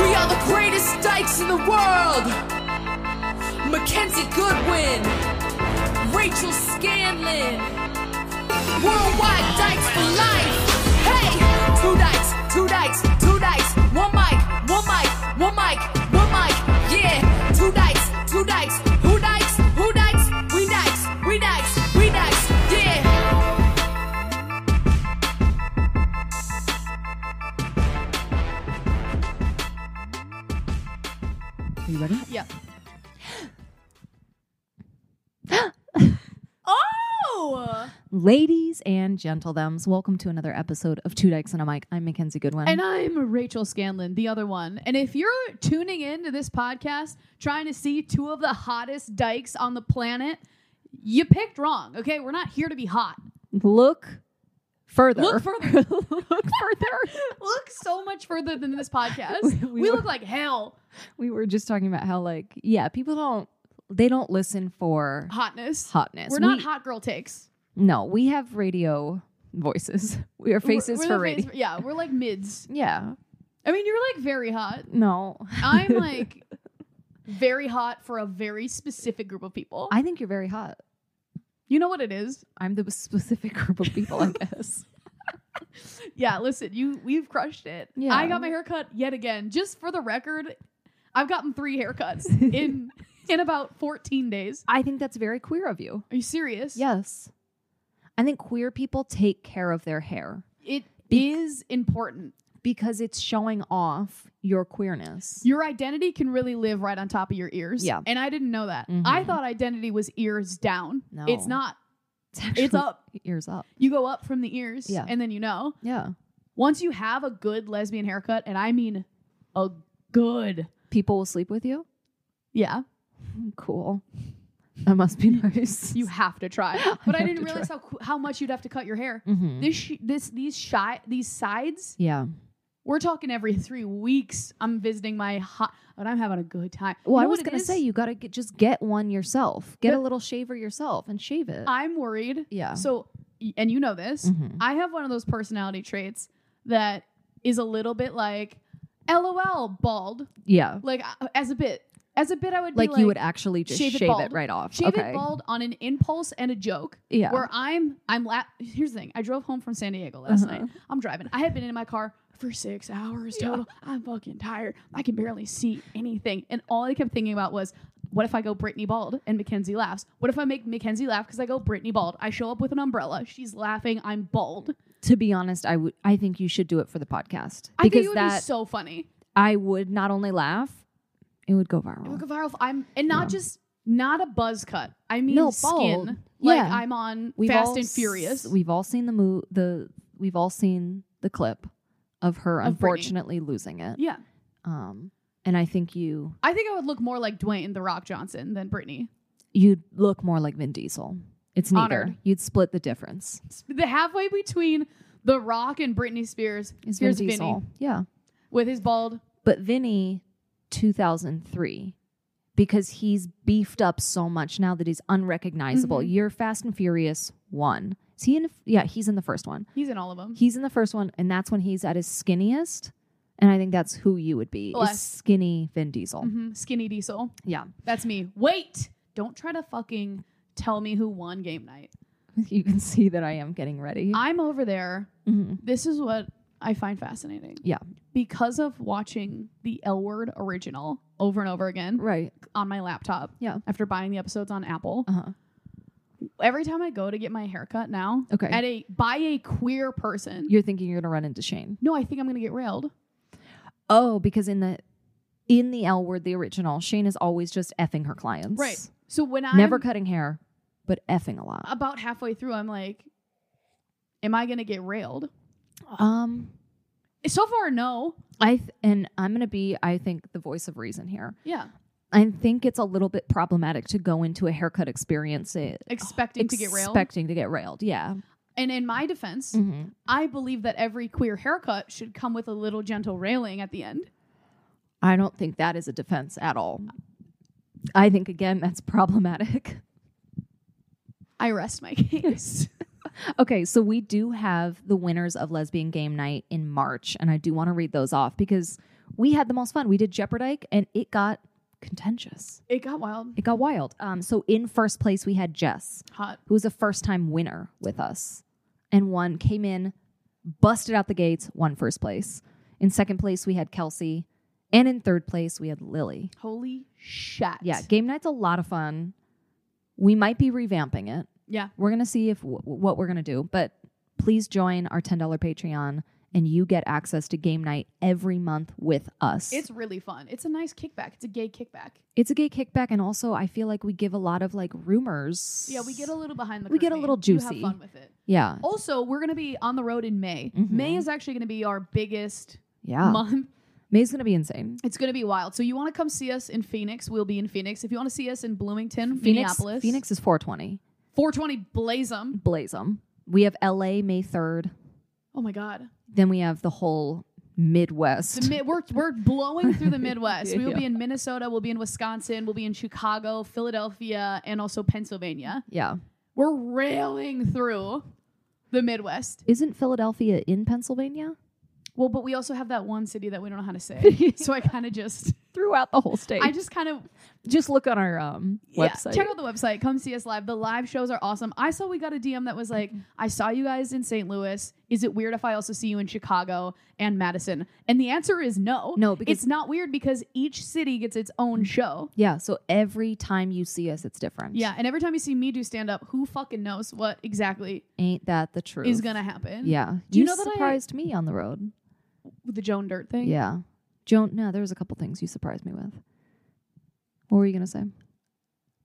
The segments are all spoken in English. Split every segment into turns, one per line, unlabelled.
We are the greatest dykes in the world. Mackenzie Goodwin, Rachel Scanlon, Worldwide Dykes for Life. Hey, two dykes, two dykes, two dykes, one mic, one mic, one mic, one mic. Yeah, two dykes, two dykes, who dykes, who dykes, we dykes, we dykes, we dykes. Yeah.
Are you ready?
Yeah. Oh!
Ladies and gentlethems, welcome to another episode of Two Dykes and a Mic. I'm Mackenzie Goodwin.
And I'm Rachel Scanlon, the other one. And if you're tuning in to this podcast trying to see two of the hottest dykes on the planet, you picked wrong, okay? We're not here to be hot.
Look further.
Look further.
Look further.
look so much further than this podcast.
We-
We,
we were-
look like hell.
we were just talking about how, like, yeah, people don't, they don't listen for
Hotness.
hotness.
We're not
We-
hot girl takes.
No, we have radio voices. We are
We're-
faces
we're
for
the face-
radio.
yeah, we're like mids.
yeah.
I mean, you're like very hot.
No.
I'm like very hot for a very specific group of people.
I think you're very hot.
you know what it is?
I'm the specific group of people, I guess.
Yeah, listen, you we've crushed it.
Yeah.
I got my hair cut yet again. Just for the record, I've gotten three haircuts in in about 14 days.
I think that's very queer of you.
Are you serious?
Yes. I think queer people take care of their hair
It
Be-
is important.
because it's showing off your queerness.
Your identity can really live right on top of your ears.
Yeah.
And I didn't know that.
Mhm.
I thought identity was ears down.
No.
It's not.
It's, actually
It's up.
Ears up.
You go up from the ears
Yeah.
and then you know.
Yeah.
Once you have a good lesbian haircut, and I mean a good,
People will sleep with you.
yeah,
Cool. That must be nice.
you have to try. But I,
have
didn't
to
realize how qu- how much you'd have to cut your hair.
Mhm.
This sh- this these shy these sides.
yeah.
We're talking every three weeks. I'm visiting my hot, but I'm having a good time. You
Well, I
know
was
what it
gonna
is?
say you gotta get, just get one yourself. Get a
But-
little shaver yourself and shave it.
I'm worried.
yeah.
So, y- and you know this.
Mhm.
I have one of those personality traits that is a little bit like, lol, bald.
yeah.
Like I- as a bit, as a bit, I would be
Like,
like
you would actually just shave,
shave it
it,
bald.
right off.
shave
okay.
it bald on an impulse and a joke.
Yeah.
Where I'm, I'm. La- Here's the thing. I drove home from San Diego last
Uh-huh.
night. I'm driving. I had been in my car for six hours total. I'm fucking tired. I can barely see anything. And all I kept thinking about was, what if I go Brittany bald and Mackenzie laughs? What if I make Mackenzie laugh because I go Brittany bald? I show up with an umbrella. She's laughing. I'm bald.
to be honest, I would. I think you should do it for the podcast
I think
because
it would be
that
so funny.
I would not only laugh, it would go viral.
It would go viral if I'm and not just not a buzz cut. I mean
No,
skin.
bald.
Like
Yeah.
I'm on
We've
Fast
all
and
s-
Furious.
We've all seen the mo- the we've all seen the clip of her
Of Britney.
unfortunately losing it.
yeah.
Um, and I think you
I think I would look more like Dwayne the Rock Johnson than Brittany.
you'd look more like Vin Diesel. It's neither.
Honored.
You'd split the difference.
The halfway between The Rock and Britney Spears.
It's
Here's
Vin
Vinny
Diesel. Yeah.
with his bald.
But Vinny 2003 because he's beefed up so much now that he's unrecognizable.
Mhm.
You're Fast and Furious 1. Is he in yeah, he's in the first one.
He's in all of them.
He's in the first one, and that's when he's at his skinniest. And I think that's who you would be. is
Bless.
skinny Vin Diesel.
Mhm. Skinny Diesel.
Yeah.
That's me. Wait. Don't try to fucking tell me who won game night.
You can see that I am getting ready.
I'm over there.
Mhm.
This is what I find fascinating.
Yeah.
Because of watching the L Word original over and over again
Right.
on my laptop
Yeah.
after buying the episodes on Apple,
Uh huh.
every time I go to get my haircut now,
Okay.
at a by a queer person,
You're thinking you're gonna run into Shane.
no, I think I'm gonna get railed.
Oh, because in the in the L word, the original, Shane is always just effing her clients.
Right. So when I
Never cutting hair, but effing a lot.
about halfway through, I'm like, am I gonna get railed? Oh.
Um,
So far, no.
I th- and I'm gonna be, I think, the voice of reason here.
Yeah,
I think it's a little bit problematic to go into a haircut experience it,
expecting to get railed.
expecting to get railed. Yeah.
and in my defense,
Mhm.
I believe that every queer haircut should come with a little gentle railing at the end.
I don't think that is a defense at all. I think again that's problematic.
I rest my case.
Okay, so we do have the winners of Lesbian Game Night in March, and I do want to read those off because we had the most fun. We did Jeopardike, and it got contentious.
It got wild.
It got wild. Um, so in first place, we had Jess,
Hot.
who was a first-time winner with us, and one came in, busted out the gates, won first place. In second place, we had Kelsey, and in third place, we had Lily.
Holy shit.
Yeah, game night's a lot of fun. We might be revamping it
Yeah.
we're gonna see if w- what we're gonna do but please join our $10 patreon and you get access to game night every month with us
It's really fun. It's a nice kickback. It's a gay kickback.
it's a gay kickback and also i feel like we give a lot of like rumors
Yeah, we get a little behind the
We get a
curtain.
little
You
juicy.
have fun with it.
yeah
Also, we're going to be on the road in May.
Mhm.
May is actually going to be our biggest
yeah
month.
may's gonna be insane
It's going to be wild. So you want to come see us in Phoenix? We'll be in Phoenix. If you want to see us in Bloomington,
phoenix
Minneapolis,
phoenix is 420
420 blaze 'em.
blaze 'em. we have la may 3rd
Oh my god.
then we have the whole midwest
The mid, we're we're blowing through the Midwest. We will be
Yeah.
in Minnesota, we'll be in Wisconsin, we'll be in Chicago, Philadelphia, and also Pennsylvania.
yeah
We're railing through the Midwest.
isn't philadelphia in pennsylvania
Well, but we also have that one city that we don't know how to say. so I kind of just
throughout the whole state
I just kind of
just look on our um
yeah,
website
check out the website. Come see us live. The live shows are awesome. I saw we got a DM that was like,
Mm-hmm.
I saw you guys in St. Louis. Is it weird if I also see you in Chicago and Madison? And the answer is no.
No, because- Mm-hmm.
it's not weird because each city gets its own show.
Yeah, so every time you see us, it's different.
Yeah. And every time you see me do stand up, who fucking knows what exactly
Ain't that the truth?
is going to happen?
Yeah.
Do you
you,
know that I-
surprised me on the road.
With the Joan Dirt thing.
Yeah. Joan, no, there was a couple things you surprised me with. What were you going to say?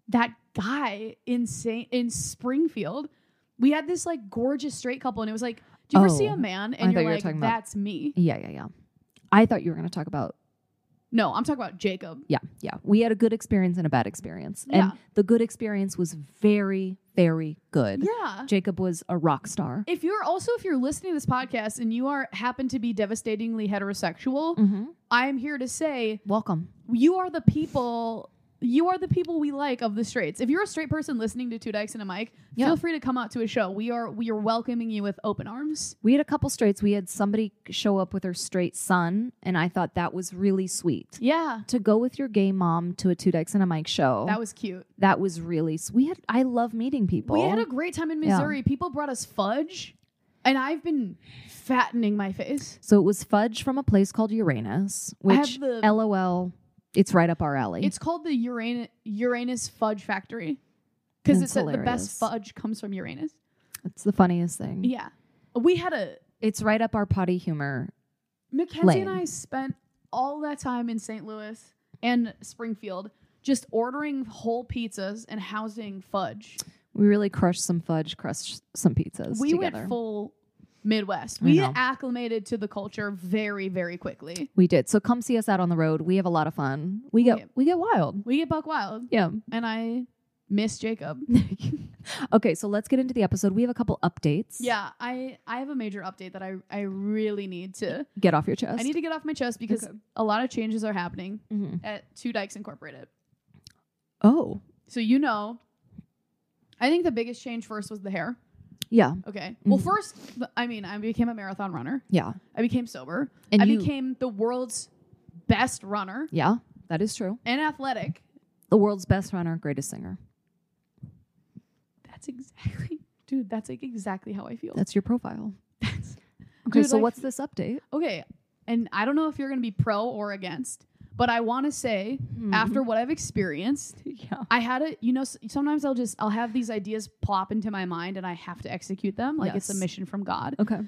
that guy in Saint, in Springfield, we had this like gorgeous straight couple, and it was like, do you ever see
Oh,
a man
I
and
thought
you're
you were
like,
talking about-
that's me?
Yeah, yeah, yeah. I thought you were going to talk about
No, I'm talking about Jacob.
Yeah, yeah. We had a good experience and a bad experience.
Yeah.
And the good experience was very very good.
Yeah.
Jacob was a rock star.
If you're also if you're listening to this podcast and you are happen to be devastatingly heterosexual,
Mhm.
I am here to say
Welcome.
you are the people you are the people we like of the straights. If you're a straight person listening to Two Dykes and a Mic,
Yeah.
feel free to come out to a show. We are we are welcoming you with open arms.
We had a couple straights. We had somebody show up with her straight son, and I thought that was really sweet.
Yeah.
To go with your gay mom to a two dykes and a mic show.
That was cute.
that was really s- we had i love meeting people
We had a great time in
Yeah.
Missouri. People brought us fudge, and I've been fattening my face.
so it was fudge from a place called uranus
I
which
have the-
lol it's right up our alley
It's called the Uranus, Uranus Fudge Factory because it
That's
said the
hilarious. Mm.
best fudge comes from Uranus.
it's the funniest thing
Yeah, we had a
it's right up our potty humor
Mackenzie
Lame.
and I spent all that time in St. Louis and Springfield just ordering whole pizzas and housing fudge.
we really crushed some fudge crushed some pizzas
we
together
went full Midwest.
I
We
know.
acclimated to the culture very, very quickly.
we did so come see us out on the road we have a lot of fun we get
Yeah.
we get wild
We get buck wild,
yeah
and I miss Jacob.
okay so let's get into the episode we have a couple updates
Yeah, I I have a major update that I I really need to
get off your chest
I need mm-hmm. to get off my chest because
Okay.
a lot of changes are happening
Mhm.
at Two Dykes Incorporated.
oh
So you know, I think the biggest change first was the hair.
yeah
Okay. Well,
Mhm.
first, th- I mean, I became a marathon runner.
yeah
I became sober.
And
I
you-
became the world's best runner
yeah that is true
and athletic.
the world's best runner greatest singer
That's exactly, dude. That's like exactly how I feel.
that's your profile
That's
Okay,
Dude,
so
like-
what's this update?
okay. And I don't know if you're going to be pro or against, but I want to say
Mm-hmm.
after what I've experienced,
yeah.
I had a, you know, s- sometimes I'll just, I'll have these ideas plop into my mind and I have to execute them. Like it's a
Yes.
mission from God.
Okay.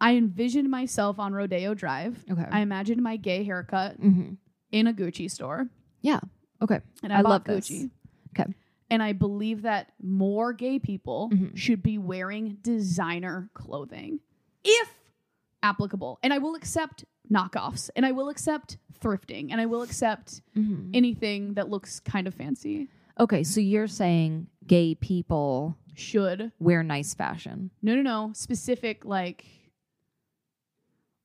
I envisioned myself on Rodeo Drive.
Okay.
I imagined my gay haircut
mm-hmm.
in a Gucci store.
Yeah. Okay.
And I,
I
bought
love this.
Gucci.
Okay.
And I believe that more gay people
Mhm.
should be wearing designer clothing if applicable. And I will accept knockoffs and I will accept thrifting and I will accept
Mm-hmm.
anything that looks kind of fancy.
Okay, so you're saying gay people
Should
wear nice fashion.
No, no, no. Specific, like,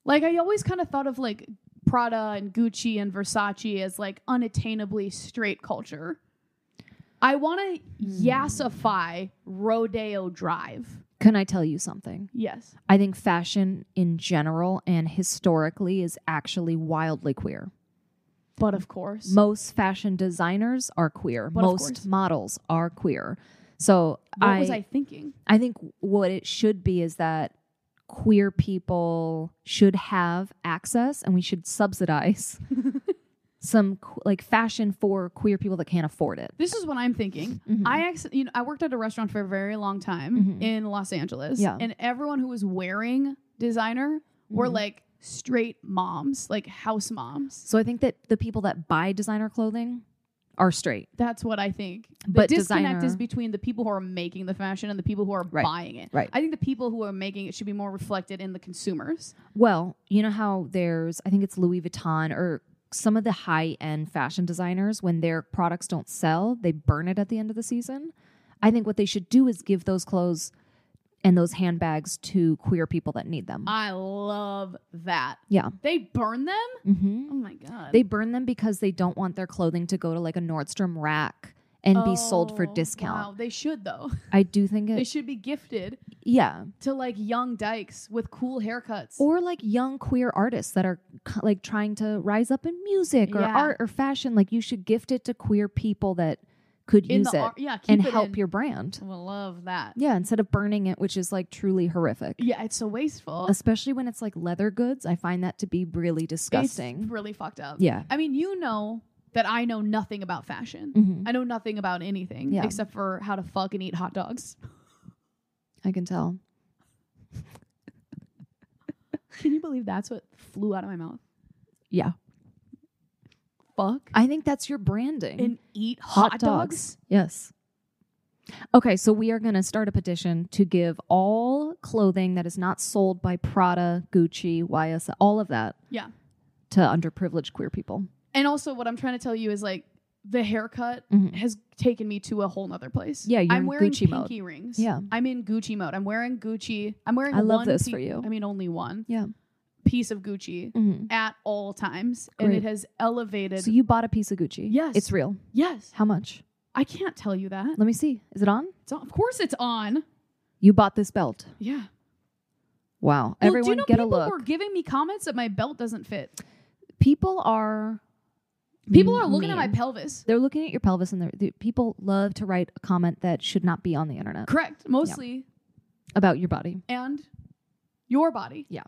like I always kind of thought of like Prada and Gucci and Versace as like unattainably straight
Hmm.
culture. I want to yassify Rodeo Drive.
Can I tell you something?
Yes.
I think fashion in general and historically is actually wildly queer.
But of course.
Most fashion designers are queer.
But of course.
Most models are queer. So
what
I,
was I thinking?
I think what it should be is that queer people should have access and we should subsidize some qu- like fashion for queer people that can't afford it.
This is what I'm thinking.
Mhm.
I actually, you know, I worked at a restaurant for a very long time
Mhm.
in Los Angeles,
Yeah.
and everyone who was wearing designer were
Mhm.
like straight moms, like house moms.
So I think that the people that buy designer clothing are straight.
That's what I think. The
But
disconnect is
designer-
between the people who are making the fashion and the people who are
Right.
buying it.
Right.
I think the people who are making it should be more reflected in the consumers.
Well, you know how there's I think it's Louis Vuitton or some of the high-end fashion designers when their products don't sell, they burn it at the end of the season. I think what they should do is give those clothes and those handbags to queer people that need them.
I love that.
yeah.
They burn them?
hmm
Oh my god.
They burn them because they don't want their clothing to go to like a Nordstrom rack and be sold for
Oh,
discount.
Wow, they should though.
I do think
they
it,
should be gifted
yeah.
to like young dykes with cool haircuts.
Or like young queer artists that are c- like trying to rise up in music or
Yeah.
art or fashion. Like you should gift it to queer people that could
in
use
the
it
ar- yeah, keep
and
it
help
in.
your brand.
Well, love that.
Yeah, instead of burning it, which is like truly horrific.
Yeah, it's so wasteful.
Especially when it's like leather goods, I find that to be really
It's
disgusting.
really fucked up.
Yeah.
I mean, you know that I know nothing about fashion.
Mhm.
I know nothing about anything
Yeah.
except for how to fuck and eat hot dogs.
I can tell.
Can you believe that's what flew out of my mouth?
Yeah.
Fuck
I think that's your branding.
and eat hot, dogs?
Yes. Okay, so we are going to start a petition to give all clothing that is not sold by Prada, Gucci, YSL, all of that
Yeah.
to underprivileged queer people.
And also, what I'm trying to tell you is like the haircut
Mhm.
has taken me to a whole nother place.
Yeah, you're
I'm
in
wearing
Gucci mode.
pinky rings.
Yeah.
I'm in Gucci mode. I'm wearing Gucci. I'm wearing.
I love
one
this
pi-
for you.
I mean, only one
Yeah.
piece of Gucci
Mhm.
at all times, and
Great.
it has elevated.
So you bought a piece of Gucci.
Yes.
It's real.
yes,
How much?
I can't tell you that.
Let me see. Is it on?
It's on. Of course, it's on.
You bought this belt.
Yeah.
Wow.
Well, do
Everyone
you know
get a
people
look.
were giving me comments that my belt doesn't fit.
people are
People are looking at my
mean.
pelvis.
They're looking at your pelvis and they're, they- people love to write a comment that should not be on the internet
Correct, mostly,
about your body.
and your body.
Yeah.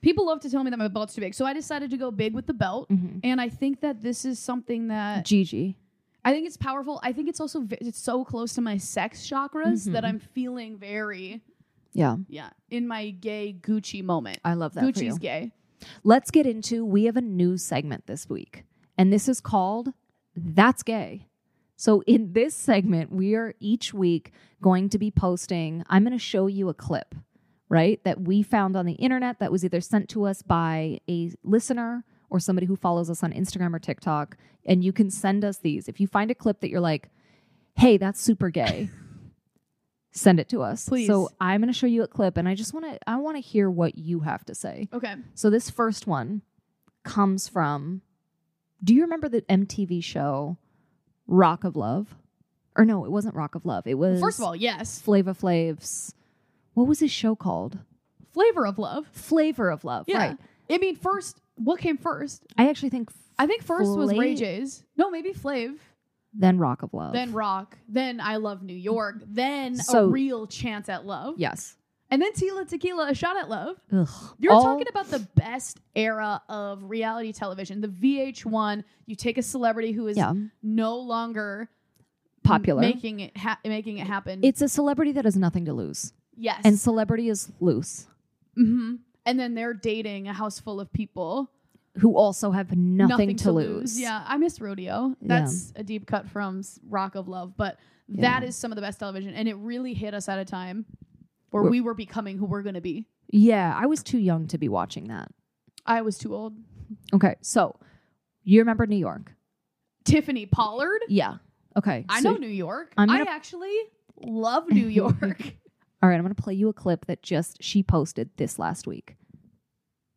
People love to tell me that my belt's too big, so I decided to go big with the belt.
Mhm.
And I think that this is something that
Gigi.
I think it's powerful. I think it's also ve- it's so close to my sex chakras
Mm-hmm.
that I'm feeling very
Yeah.
yeah in my gay Gucci moment.
I love that for you.
Gucci's gay.
Let's get into we have a news segment this week, and this is called That's Gay. So, in this segment, we are each week going to be posting, I'm going to show you a clip, right, that we found on the internet that was either sent to us by a listener or somebody who follows us on Instagram or TikTok. And you can send us these. If you find a clip that you're like, hey, that's super gay. Send it to us.
Please.
So I'm going to show you a clip and I just want to I want to hear what you have to say.
Okay,
So this first one comes from Do you remember the MTV show Rock of Love? Or no, it wasn't Rock of Love. It was
first of all, yes,
Flava Flav's What was his show called?
flavor of love.
Flavor of Love.
Yeah,
Right.
I mean, first what came first?
I actually think
I think first was Ray
Flav-
J's. No, maybe Flav.
then Rock of Love.
Then rock, then I love New York, then a
So-
real chance at love,
Yes.
and then Tila Tequila, a shot at love.
Ugh.
You're
All-
talking about the best era of reality television, the VH1. You take a celebrity who is
yeah,
no longer
popular.
making it ha- making it happen.
it's a celebrity that has nothing to lose.
yes,
And celebrity is loose,
hmm and then they're dating a house full of people,
who also have nothing, to, lose.
Yeah, I miss rodeo.
Yeah.
That's a deep cut from s- Rock of Love, but that
Yeah.
is some of the best television, and it really hit us at a time where
We're-
we were becoming who we're gonna be.
Yeah, I was too young to be watching that.
I was too old.
Okay, so you remember New York?
Tiffany Pollard.
Yeah. Okay.
I
so-
know New York.
I'm
I
gonna-
actually love New York.
All right, I'm going to play you a clip that just she posted this last week.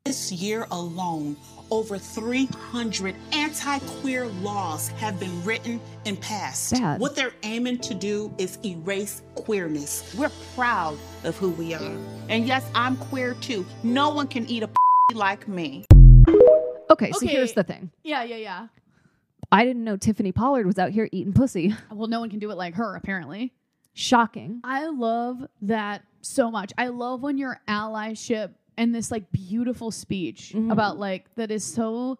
It's This year alone, over 300 anti queer laws have been written and passed.
Sad.
What they're aiming to do is erase queerness. We're proud of who we are. And yes, I'm queer too. No one can eat a like me.
Okay, so
Okay.
here's the thing.
Yeah, yeah, yeah.
I didn't know Tiffany Pollard was out here eating pussy.
Well, no one can do it like her, apparently.
Shocking.
I love that so much. I love when your allyship and this like beautiful speech about like that is so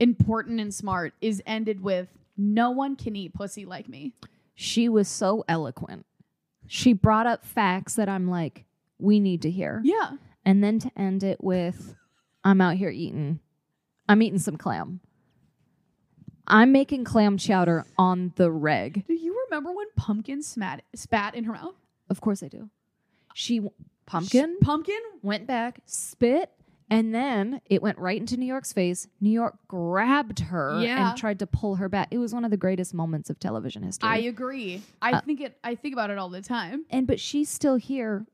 important and smart is ended with no one can eat pussy like me.
She was so eloquent. She brought up facts that I'm like, we need to hear.
Yeah.
And then to end it with, I'm out here eating. I'm eating some clam. I'm making clam chowder on the reg.
Do you remember when pumpkin smat spat in her mouth?
Of course I do. She pumpkin
Pumpkin?
went back, spit, and then it went right into New York's face. New York grabbed her
Yeah.
and tried to pull her back. It was one of the greatest moments of television history.
I agree. I
Uh,
think it I think about it all the time.
and but she's still here.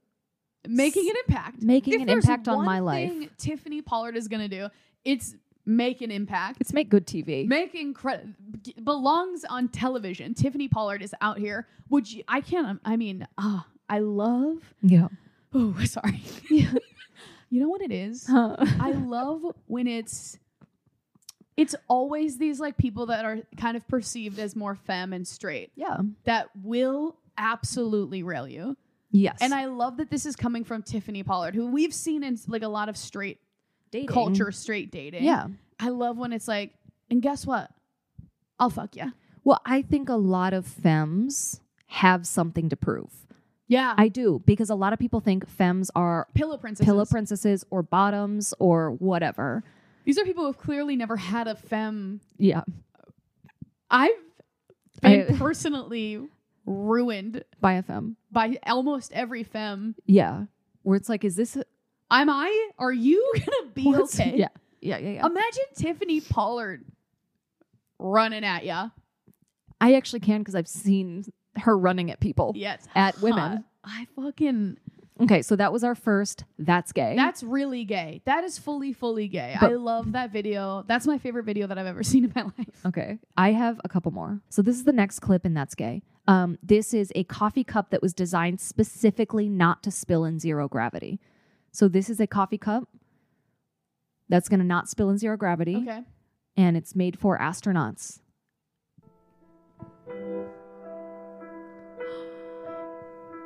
Making an impact.
making
If
an
there's
impact on
one
my life.
thing Tiffany Pollard is gonna do, it's make an impact.
It's make good TV.
making credit belongs on television. Tiffany Pollard is out here. Would you? I can't. I mean, ah, I love.
yeah.
Oh, sorry. you know what it is? I love when it's. It's always these like people that are kind of perceived as more femme and straight
yeah.
that will absolutely rail you.
Yes.
And I love that this is coming from Tiffany Pollard, who we've seen in like a lot of straight
dating.
culture, straight dating.
Yeah.
I love when it's like, and guess what? I'll fuck you.
Well, I think a lot of femmes have something to prove.
Yeah.
I do because a lot of people think femmes are
pillow princesses.
pillow princesses or bottoms or whatever.
These are people who've clearly never had a femme.
Yeah.
I've been
I-
personally ruined
By a femme.
by almost every femme.
Yeah. Where it's like, is this
Am I? Are you gonna be
What's-
okay?
Yeah. Yeah. Yeah. yeah.
Imagine Tiffany Pollard running at ya.
I actually can because I've seen her running at people.
Yeah, it's
At
hot.
women.
I fucking.
Okay. So that was our first. That's gay.
That's really gay. That is fully, fully gay. I
But-
love that video. That's my favorite video that I've ever seen in my life.
Okay. I have a couple more. So this is the next clip, and that's gay. Um, this is a coffee cup that was designed specifically not to spill in zero gravity. So this is a coffee cup that's going to not spill in zero gravity,
Okay.
and it's made for astronauts.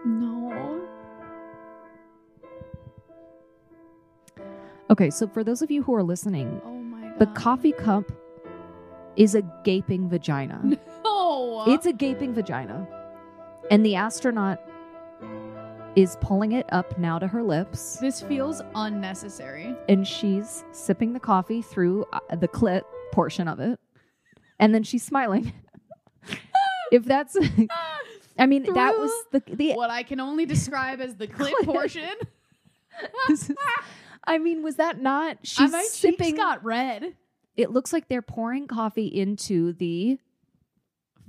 No.
Okay. So for those of you who are listening,
Oh my god.
the coffee cup is a gaping vagina.
No.
It's a gaping vagina. And the astronaut is pulling it up now to her lips,
This feels unnecessary.
and she's sipping the coffee through uh, the clit portion of it. And then she's smiling. if that's, I mean, that was the, the
What I can only describe as the clit portion.
this is, I mean, was that not?
And
She's
uh, my cheeks
sipping.
got red.
it looks like they're pouring coffee into the,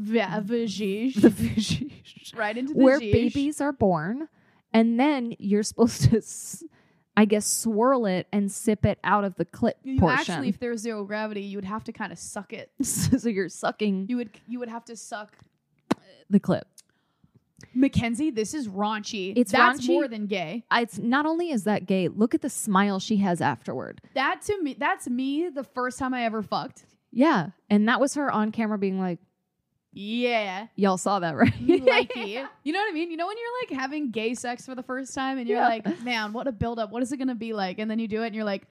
Va- vajige.
the vag-
right into the
where
vajige.
babies are born and then you're supposed to s- i guess swirl it and sip it out of the clip
You
portion
actually, if there was zero gravity, you would have to kind of suck it.
so you're sucking
You would you would have to suck.
the clip
Mackenzie, this is raunchy.
It's
That's
raunchy.
more than gay.
it's not only is that gay look at the smile she has afterward
That to me, that's me the first time I ever fucked.
yeah and that was her on camera being like
Yeah.
y'all saw that right
You likey. You know what I mean? You know when you're like having gay sex for the first time and you're
Yeah.
like, man, what a buildup. What is it gonna be like? And then you do it and you're like,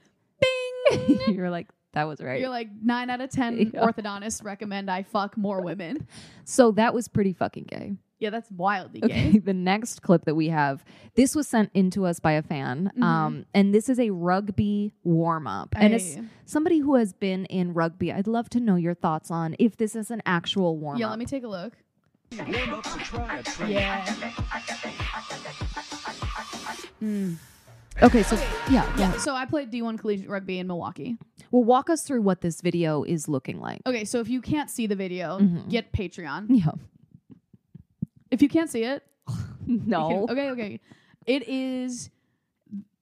you're like that was right
You're like nine out of ten
Yeah.
orthodontists recommend I fuck more women.
so that was pretty fucking gay
Yeah, that's wildly
Okay,
gay.
the next clip that we have, this was sent in to us by a fan,
Mm-hmm.
um, and this is a rugby warm up. And as
Aye.
somebody who has been in rugby, I'd love to know your thoughts on if this is an actual warm up.
Yeah, let me take a look. Yeah.
okay, so yeah, yeah.
So I played D1 collegiate rugby in Milwaukee.
Well, walk us through what this video is looking like.
Okay, so if you can't see the video,
Mm-hmm.
get Patreon.
Yeah,
If you can't see it,
no,
Okay, okay. It is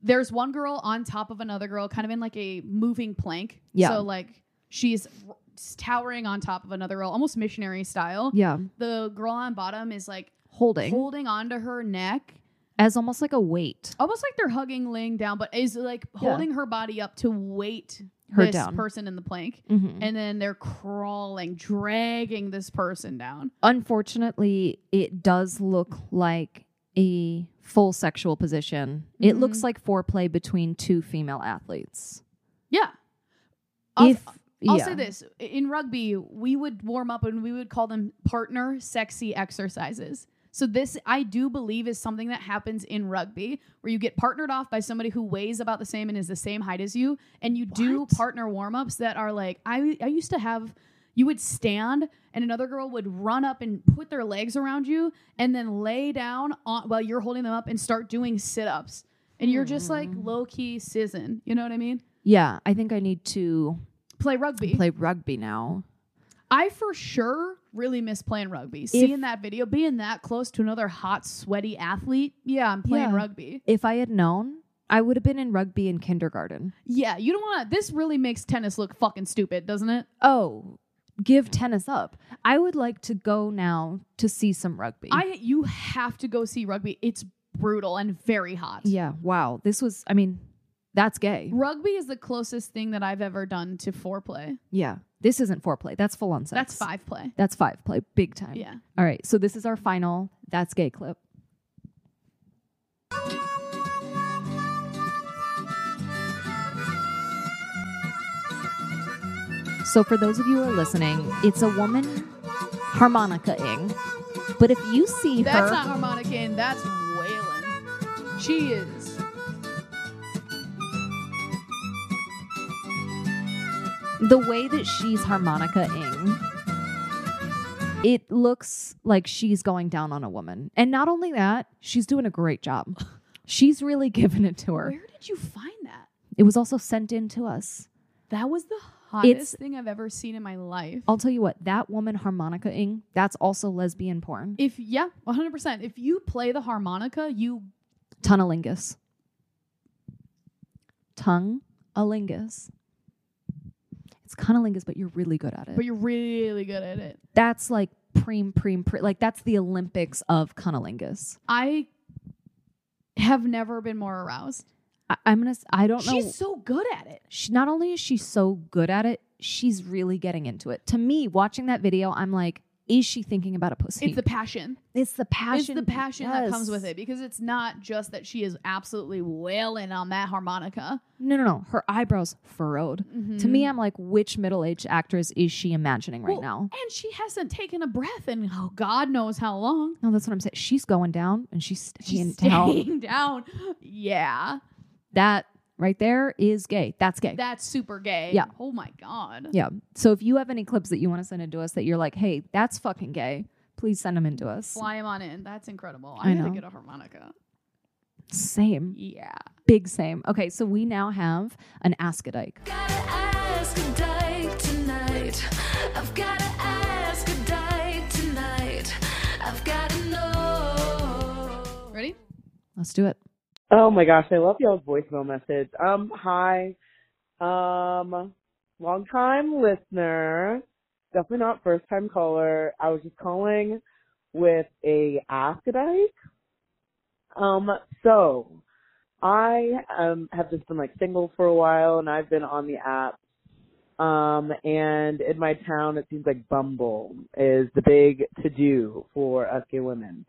there's one girl on top of another girl, kind of in like a moving plank.
Yeah.
So like she's r- towering on top of another girl, almost missionary style.
Yeah.
The girl on bottom is like
Holding
holding onto her neck,
as almost like a weight.
almost like they're hugging, laying down, but is like holding her body up to weight
Her
this
down.
person in the plank.
Mhm.
And then they're crawling, dragging this person down.
Unfortunately, it does look like a full sexual position. It
Mhm.
looks like foreplay between two female athletes.
Yeah. I'll-
if
I'll
yeah.
say this: in rugby, we would warm up and we would call them partner sexy exercises. So this, I do believe, is something that happens in rugby, where you get partnered off by somebody who weighs about the same and is the same height as you, and you do
What?
partner warm ups that are like I I used to have. You would stand, and another girl would run up and put their legs around you, and then lay down on, while you're holding them up and start doing sit ups. And you're just like
Hmm.
low key sizzin. You know what I mean?
Yeah, I think I need to
Play rugby.
play rugby now.
I for sure really miss playing rugby. Seeing that video, being that close to another hot, sweaty athlete. Yeah, I'm playing
Yeah.
rugby.
If I had known, I would have been in rugby in kindergarten.
Yeah, you don't want to. This really makes tennis look fucking stupid, doesn't it?
Oh, give tennis up. I would like to go now to see some rugby.
I you have to go see rugby. It's brutal and very hot.
yeah, wow. This was I mean, that's gay.
Rugby is the closest thing that I've ever done to foreplay.
Yeah. This isn't foreplay. That's full on sex.
That's five play.
That's five play big time.
Yeah.
All right. So this is our final that's gay clip. So for those of you who are listening, it's a woman harmonica-ing. But if you see
That's
her
not harmonica in. That's wailing. She is.
the way that she's harmonica-ing, it looks like she's going down on a woman. And not only that, she's doing a great job. She's really giving it to her.
Where did you find that?
It was also sent in to us.
That was the hottest thing I've ever seen in my life.
I'll tell you what, that woman harmonica-ing, that's also lesbian porn.
If yeah, one hundred percent. If you play the harmonica, you
Tunnelingus. Tongue alingus. It's cunnilingus, but you're really good at it.
but you're really good at it.
that's like preem, preem, pre like that's the Olympics of cunnilingus.
I have never been more aroused.
I, I'm gonna s- I don't know.
She's so good at it.
she, not only is she so good at it, she's really getting into it. To me, watching that video, I'm like, is she thinking about a pussy?
It's the passion.
it's the passion.
It's the passion that comes
Yes.
with it because it's not just that she is absolutely wailing on that harmonica.
No, no, no. Her eyebrows furrowed. To me, I'm like, which middle aged actress is she imagining right
Well,
now?
and she hasn't taken a breath in oh God knows how long.
No, that's what I'm saying. She's going down and she's staying
She's
down.
staying down. Yeah,
That right there is gay. That's gay.
that's super gay.
Yeah.
Oh my God.
yeah. So if you have any clips that you want to send into us that you're like, hey, that's fucking gay, please send them into us.
Fly him on in. That's incredible.
I
I'm gonna
know.
get a harmonica.
Same.
Yeah.
Big same. Okay, so we now have an ask a dyke.
Gotta ask a dyke tonight. I've gotta ask a dyke tonight. I've gotta know.
Ready?
Let's do it.
Oh my gosh, I love y'all's voicemail message. Um, hi. Um, long time listener. Definitely not first time caller. I was just calling with a ask a dyke. Um, so I um have just been like single for a while and I've been on the app. Um, and in my town it seems like Bumble is the big to do for us gay women.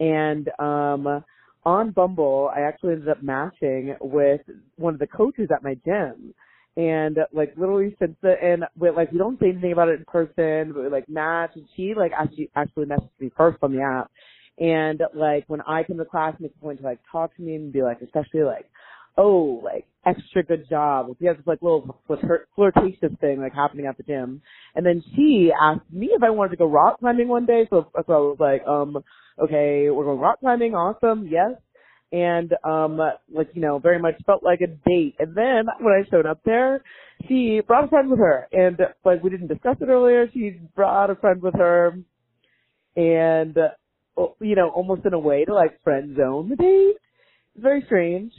And um on Bumble, I actually ended up matching with one of the coaches at my gym. And like literally since the and we like we don't say anything about it in person, but we like match and she like actually actually messaged me first on the app. And like when I come to class make a point to like talk to me and be like especially like, oh, like extra good job. We have this like little flirt- flirtatious thing like happening at the gym. And then she asked me if I wanted to go rock climbing one day. So, so I was like, um, okay, we're going rock climbing, awesome, yes. And um like, you know, very much felt like a date. And then when I showed up there, she brought a friend with her. And like we didn't discuss it earlier, she brought a friend with her and oh, uh, you know, almost in a way to like friend zone the date. It's very strange.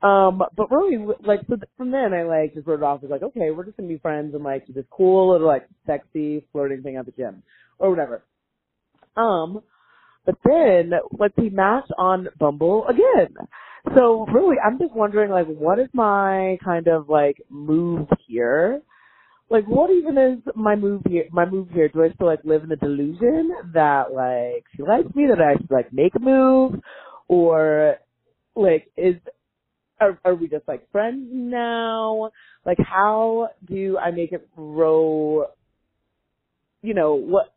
Um, but really, like, so th- from then I like just wrote it off as like, okay, we're just gonna be friends and like do this cool little like sexy flirting thing at the gym or whatever. Um, but then like we matched on Bumble again. So really, I'm just wondering like, what is my kind of like move here? Like, what even is my move here? My move here? Do I still like live in the delusion that like she likes me, that I should like make a move, or like is are, are we just like friends now? Like, how do I make it row? You know, what,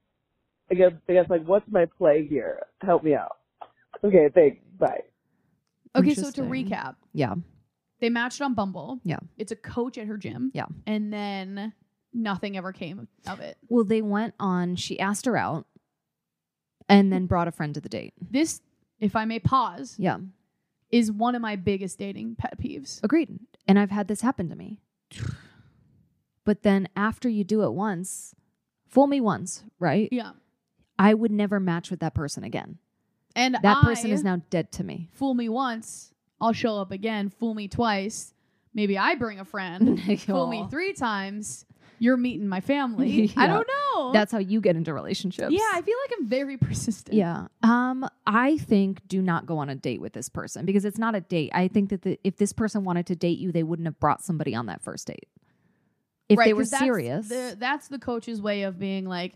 I guess, I guess like, what's my play here? Help me out. Okay, thanks. Bye.
Okay, so to
Interesting.
recap,
Yeah.
they matched on Bumble.
Yeah.
It's a coach at her gym.
Yeah.
And then nothing ever came of it.
Well, they went on, she asked her out and then brought a friend to the date.
This, if I may pause,
Yeah.
is one of my biggest dating pet peeves.
Agreed. And I've had this happen to me. But then after you do it once, fool me once, right?
Yeah.
I would never match with that person again.
And
That
I,
person is now dead to me.
fool me once, I'll show up again. Fool me twice, maybe I bring a friend. fool me
Y'all.
three times, you're meeting my family.
Yeah.
I don't know.
That's how you get into relationships.
yeah. I feel like I'm very persistent.
Yeah. Um, I think do not go on a date with this person because it's not a date. I think that the, if this person wanted to date you, they wouldn't have brought somebody on that first date. If they were
'cause that's
serious.
the, that's the coach's way of being like,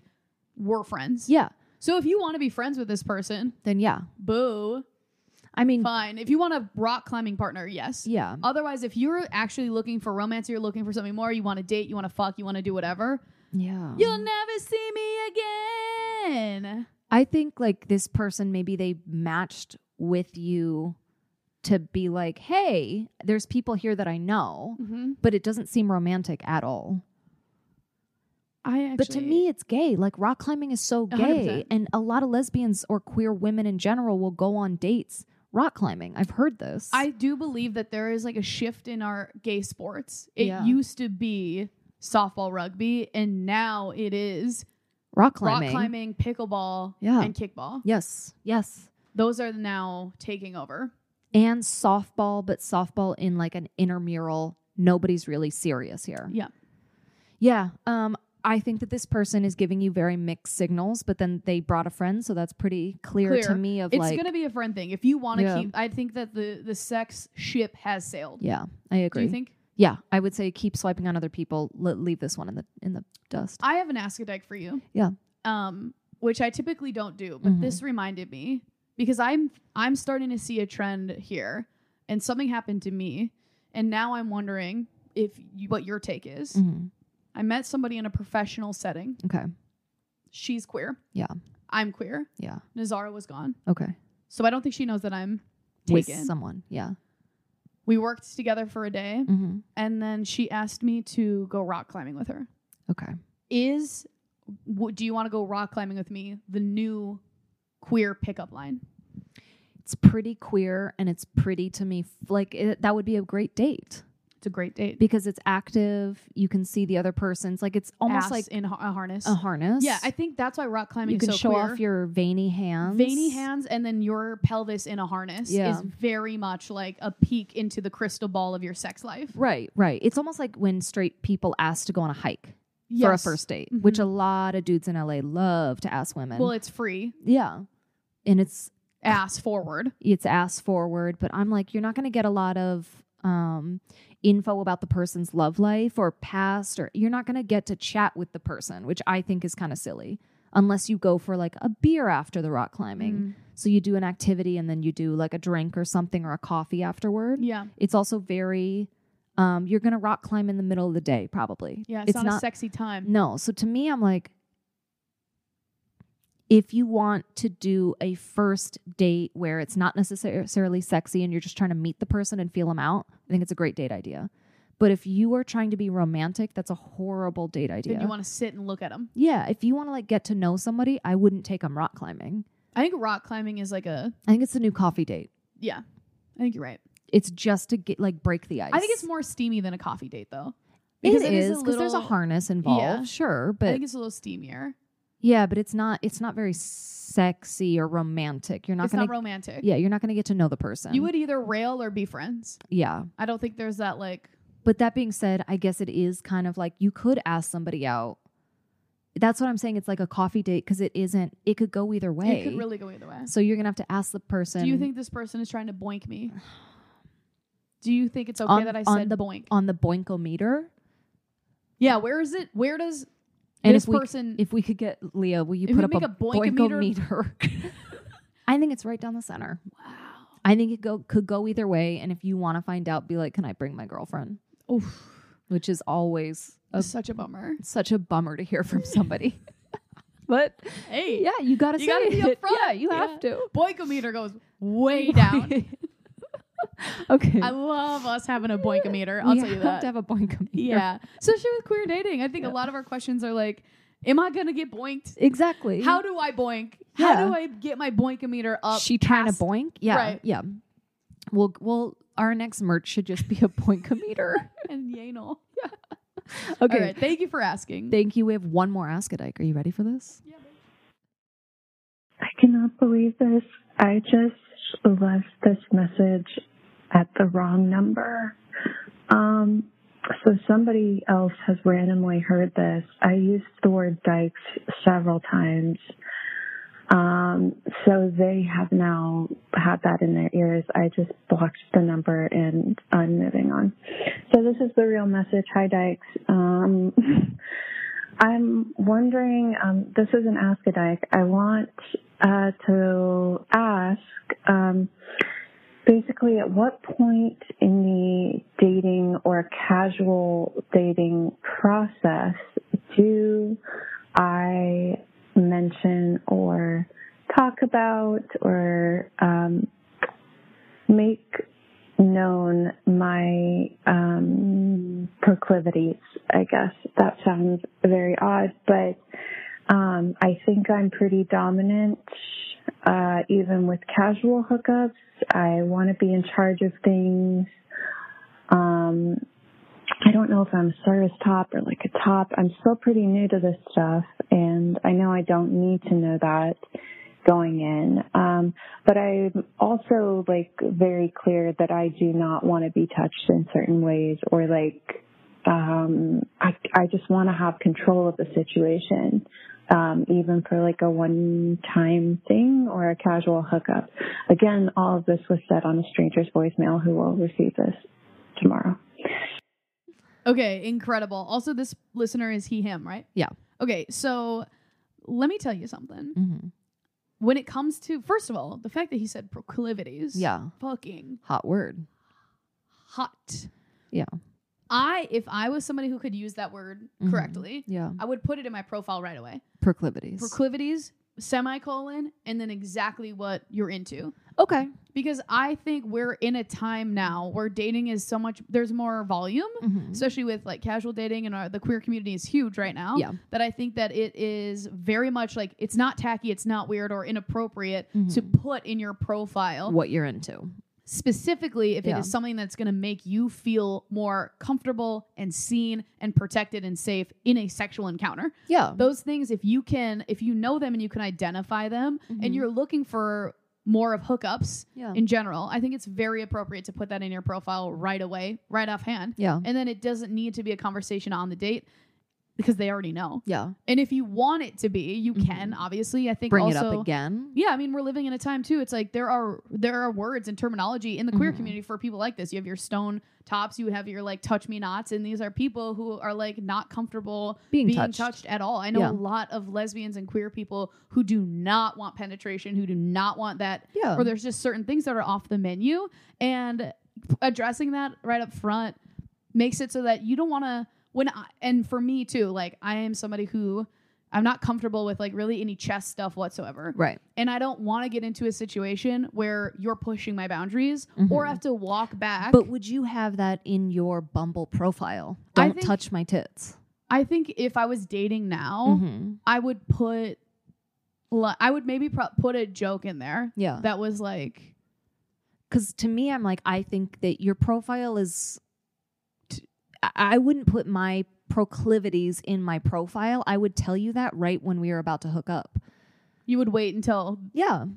we're friends.
yeah.
So if you want to be friends with this person,
Then yeah.
boo,
I mean,
fine. If you want a rock climbing partner, yes.
yeah.
Otherwise, if you're actually looking for romance, you're looking for something more, you want to date, you want to fuck, you want to do whatever,
Yeah.
you'll never see me again.
I think like this person maybe they matched with you to be like, "Hey, there's people here that I know."
Mm-hmm.
But it doesn't seem romantic at all.
I actually,
But to me, it's gay. Like rock climbing is so
A
gay,
hundred percent.
and a lot of lesbians or queer women in general will go on dates rock climbing. I've heard this.
I do believe that there is like a shift in our gay sports. It
Yeah.
used to be softball rugby, and now it is
rock
rock
climbing.
climbing, pickleball,
Yeah.
and kickball.
Yes, yes,
Those are now taking over.
and softball, but softball in like an intramural. Nobody's really serious here.
Yeah.
Yeah. Um, I think that this person is giving you very mixed signals, but then they brought a friend, so that's pretty clear, to
Clear.
me. Of
It's
like,
going to be a friend thing. If you want to
Yeah.
keep, I think that the the sex ship has sailed.
yeah, I
Do
agree.
you think?
yeah, I would say keep swiping on other people. L- leave this one in the in the dust.
I have an ask a dyke for you.
Yeah.
Um, which I typically don't do, but
Mhm.
this reminded me because I'm I'm starting to see a trend here, and something happened to me, and now I'm wondering if you, what your take is.
Mhm.
I met somebody in a professional setting.
Okay.
She's queer.
Yeah.
I'm queer.
Yeah.
Nazara was gone,
Okay.
so I don't think she knows that I'm
With
taken.
someone. Yeah.
we worked together for a day,
hmm
and then she asked me to go rock climbing with her.
Okay.
is w- do you want to go rock climbing with me the new queer pickup line
It's pretty queer and it's pretty to me. F- Like it, that would be a great date
it's a great date
because it's active. You can see the other person's like it's almost
Ass
like
in har- a harness
a harness.
yeah i think that's why rock climbing
you can
is so
show
queer.
off your veiny hands.
veiny hands and then your pelvis in a harness
Yeah.
is very much like a peek into the crystal ball of your sex life
Right, right. It's almost like when straight people ask to go on a hike for a
Yes.
first date, which
Mhm.
a lot of dudes in LA love to ask women.
well it's free
yeah. And it's
ass forward
it's ass forward, but I'm like, you're not going to get a lot of um, info about the person's love life or past, or you're not going to get to chat with the person, which I think is kind of silly, unless you go for like a beer after the rock climbing. So you do an activity and then you do like a drink or something or a coffee afterward.
Mm. yeah
It's also very, um, you're going to rock climb in the middle of the day, probably.
yeah it's, not, a sexy time
No. So to me, I'm like, if you want to do a first date where it's not necessarily sexy and you're just trying to meet the person and feel them out, I think it's a great date idea. But if you are trying to be romantic, that's a horrible date idea.
then you want to sit and look at them
yeah, if you want to like get to know somebody, I wouldn't take them rock climbing.
i think rock climbing is like a
I think it's the new coffee date.
yeah i think you're right
It's just to get like break the ice.
I think it's more steamy than a coffee date, though.
It
a
is because there's a
little-
harness involved,
Yeah.
sure,
I
but
think it's a little steamier.
Yeah, but it's not it's not very sexy or romantic. You're not
it's
gonna
not romantic.
Yeah, you're not gonna get to know the person.
You would either rail or be friends.
Yeah.
I don't think there's that like
But that being said, I guess it is kind of like you could ask somebody out. That's what I'm saying. It's like a coffee date because it isn't it could go either way.
it could really go either way.
so you're gonna have to ask the person
Do you think this person is trying to boink me? Do you think it's okay
On-
that I
on
said
the-
boink?
on the boinkometer?
Yeah, where is it? Where does
And
this
if we
person
if we could get Leah, will you
Mm. If
put
we
up
make
a,
a boinkometer-
boinkometer? I think it's right down the center.
Wow.
I think it go could go either way. And if you want to find out, be like, can I bring my girlfriend?
Oof.
Which is always a,
Oh, That's such a bummer.
such a bummer to hear from somebody. but
Hey.
yeah, you gotta
You
say
gotta be
it.
upfront.
Yeah, you
Yeah.
have to.
Boinkometer goes way down.
okay.
I love us having a boinkometer. I'll
we
tell you
have
that.
to have a boinkometer.
yeah. Especially with queer dating. I think
Yeah.
a lot of our questions are like, am I going to get boinked?
exactly.
How do I boink?
Yeah.
How do I get my boinkometer up?
she trying to
past-
boink? Yeah,
Right.
yeah. Well, well, our next merch should just be a boinkometer.
and yanal.
okay.
All right. Thank you for asking.
Thank you. We have one more Ask a Dyke. Are you ready for this?
Yeah, babe.
I cannot believe this. I just left this message at the wrong number. Um, so somebody else has randomly heard this. I used the word dykes several times. Um, so they have now had that in their ears. I just blocked the number and I'm moving on. So this is the real message. Hi, Dykes. Um, I'm wondering, um, this is an ask a dyke. I want uh, to ask um, basically at what point in the dating or casual dating process do I mention or talk about or um, make known my um, proclivities, I guess. That sounds very odd, but um, I think I'm pretty dominant, uh, even with casual hookups. I want to be in charge of things. Um, I don't know if I'm a service top or like a top. I'm still pretty new to this stuff, and I know I don't need to know that going in. Um, but I'm also like very clear that I do not want to be touched in certain ways or like um I I just want to have control of the situation. Um, even for like a one time thing or a casual hookup. Again, all of this was said on a stranger's voicemail who will receive this tomorrow.
Okay, incredible. Also, this listener is he, him, right?
Yeah.
Okay, so let me tell you something.
Mm-hmm.
When it comes to, first of all, the fact that he said proclivities.
Yeah.
Fucking
Hot word.
hot.
Yeah.
I, if I was somebody who could use that word
Mhm.
correctly,
Yeah.
I would put it in my profile right away.
Proclivities.
Proclivities, semicolon, and then exactly what you're into.
okay.
Because I think we're in a time now where dating is so much, there's more volume
Mhm.
especially with like casual dating and our, the queer community is huge right now.
Yeah.
That I think that it is very much like it's not tacky, it's not weird or inappropriate to
Mhm.
put in your profile
What you're into.
specifically if
Yeah.
it is something that's going to make you feel more comfortable and seen and protected and safe in a sexual encounter.
Yeah.
Those things, if you can, if you know them and you can identify them,
Mhm.
and you're looking for more of hookups
Yeah.
in general, I think it's very appropriate to put that in your profile right away, right offhand
yeah.
and then it doesn't need to be a conversation on the date because they already know.
Yeah.
And if you want it to be, you can obviously. I think
Mm-hmm. Bring
also,
it up again.
Yeah, I mean we're living in a time too. It's like there are there are words and terminology in the queer
Mhm.
community for people like this. You have your stone tops, you have your like touch me nots, and these are people who are like not comfortable
Being,
being,
touched.
touched. at all. I know
Yeah.
a lot of lesbians and queer people who do not want penetration, who do not want that
Yeah.
or there's just certain things that are off the menu and addressing that right up front makes it so that you don't want to when I, and for me too like i am somebody who i'm not comfortable with like really any chest stuff whatsoever
right.
and i don't want to get into a situation where you're pushing my boundaries or
Mhm.
have to walk back
But would you have that in your Bumble profile?
I
Don't
think-
touch my tits.
i think if i was dating now
Mm-hmm.
i would put li- i would maybe pro- put a joke in there
Yeah.
that was like
Because to me, I'm like, I think that your profile is. I- I wouldn't put my proclivities in my profile. I would tell you that right when we were about to hook up.
You would wait until
Yeah.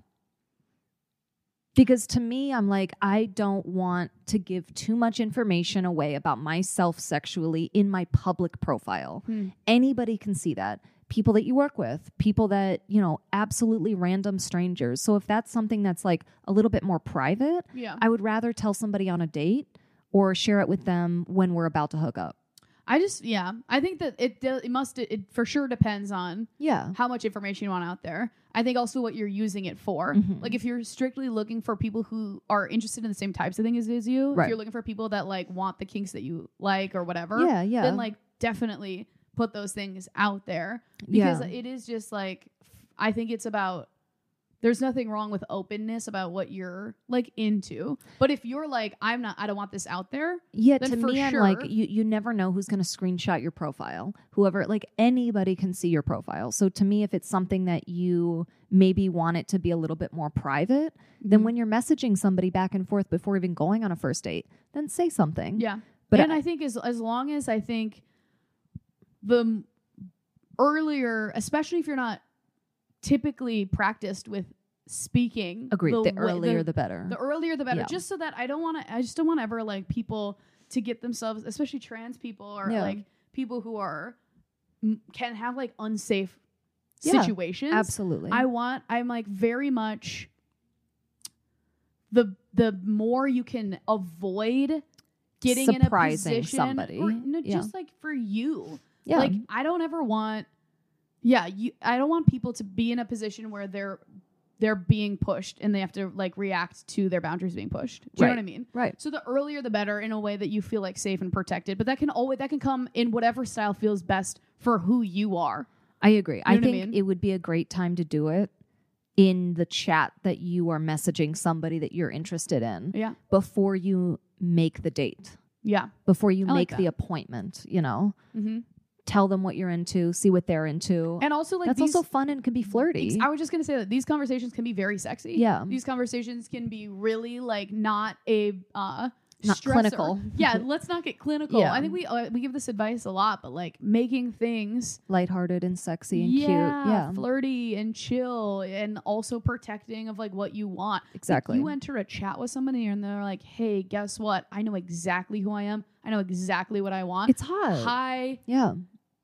Because to me, I'm like, I don't want to give too much information away about myself sexually in my public profile.
Hmm.
Anybody can see that. People that you work with, people that, you know, absolutely random strangers. So if that's something that's like a little bit more private,
yeah.
I would rather tell somebody on a date or share it with them when we're about to hook up.
I just yeah. I think that it do, it must it, for sure depends on
Yeah.
how much information you want out there. I think also what you're using it for.
Mhm.
Like if you're strictly looking for people who are interested in the same types of things as, as you,
Right.
if you're looking for people that like want the kinks that you like or whatever,
Yeah, yeah.
then like definitely put those things out there because
Yeah.
it is just like f- I think it's about there's nothing wrong with openness about what you're like into. But if you're like I'm not I don't want this out there,
Yeah,
then
to
for
me, I'm like,
sure-
you, you never know who's going to screenshot your profile. Whoever, like anybody can see your profile. So to me, if it's something that you maybe want it to be a little bit more private, then
Mhm.
when you're messaging somebody back and forth before even going on a first date, then say something.
Yeah.
Mm. But
and
I-
I, think as as long as I think the m- earlier, especially if you're not typically practiced with speaking,
Agreed. The,
way-
earlier, the, better.
the earlier the better.
Yeah.
Just so that I don't want to. I just don't want ever like people to get themselves, especially trans people or
Yeah.
like people who are m- can have like unsafe
Yeah,
situations.
Absolutely.
I want I'm like very much the the more you can avoid getting
Surprising
in a position
somebody.
or, no,
Yeah.
just like for you.
yeah.
Like I don't ever want yeah, you I don't want people to be in a position where they're they're being pushed and they have to like react to their boundaries being pushed. Do you know
Right.
what I mean?
right.
So the earlier the better in a way that you feel like safe and protected, but that can always that can come in whatever style feels best for who you are.
I agree. I
know what I
think
mean?
it would be a great time to do it in the chat that you are messaging somebody that you're interested in
Yeah.
before you make the date.
Yeah.
before you
I like
make the
that.
appointment, you know?
Mhm.
Tell them what you're into, see what they're into.
And also like
That's
these
also fun and can be flirty.
Ex- I was just gonna say that these conversations can be very sexy.
Yeah.
these conversations can be really like not a uh,
Not
stressor.
clinical.
Yeah, let's not get clinical.
Yeah.
I think we uh, we give this advice a lot, but like making things
Lighthearted and sexy and
yeah,
cute. Yeah.
flirty and chill, and also protecting of like what you want. Like,
Exactly.
you enter a chat with somebody and they're like, "Hey, guess what? I know exactly who I am. I know exactly what I want.
it's hot.
Hi,
Yeah.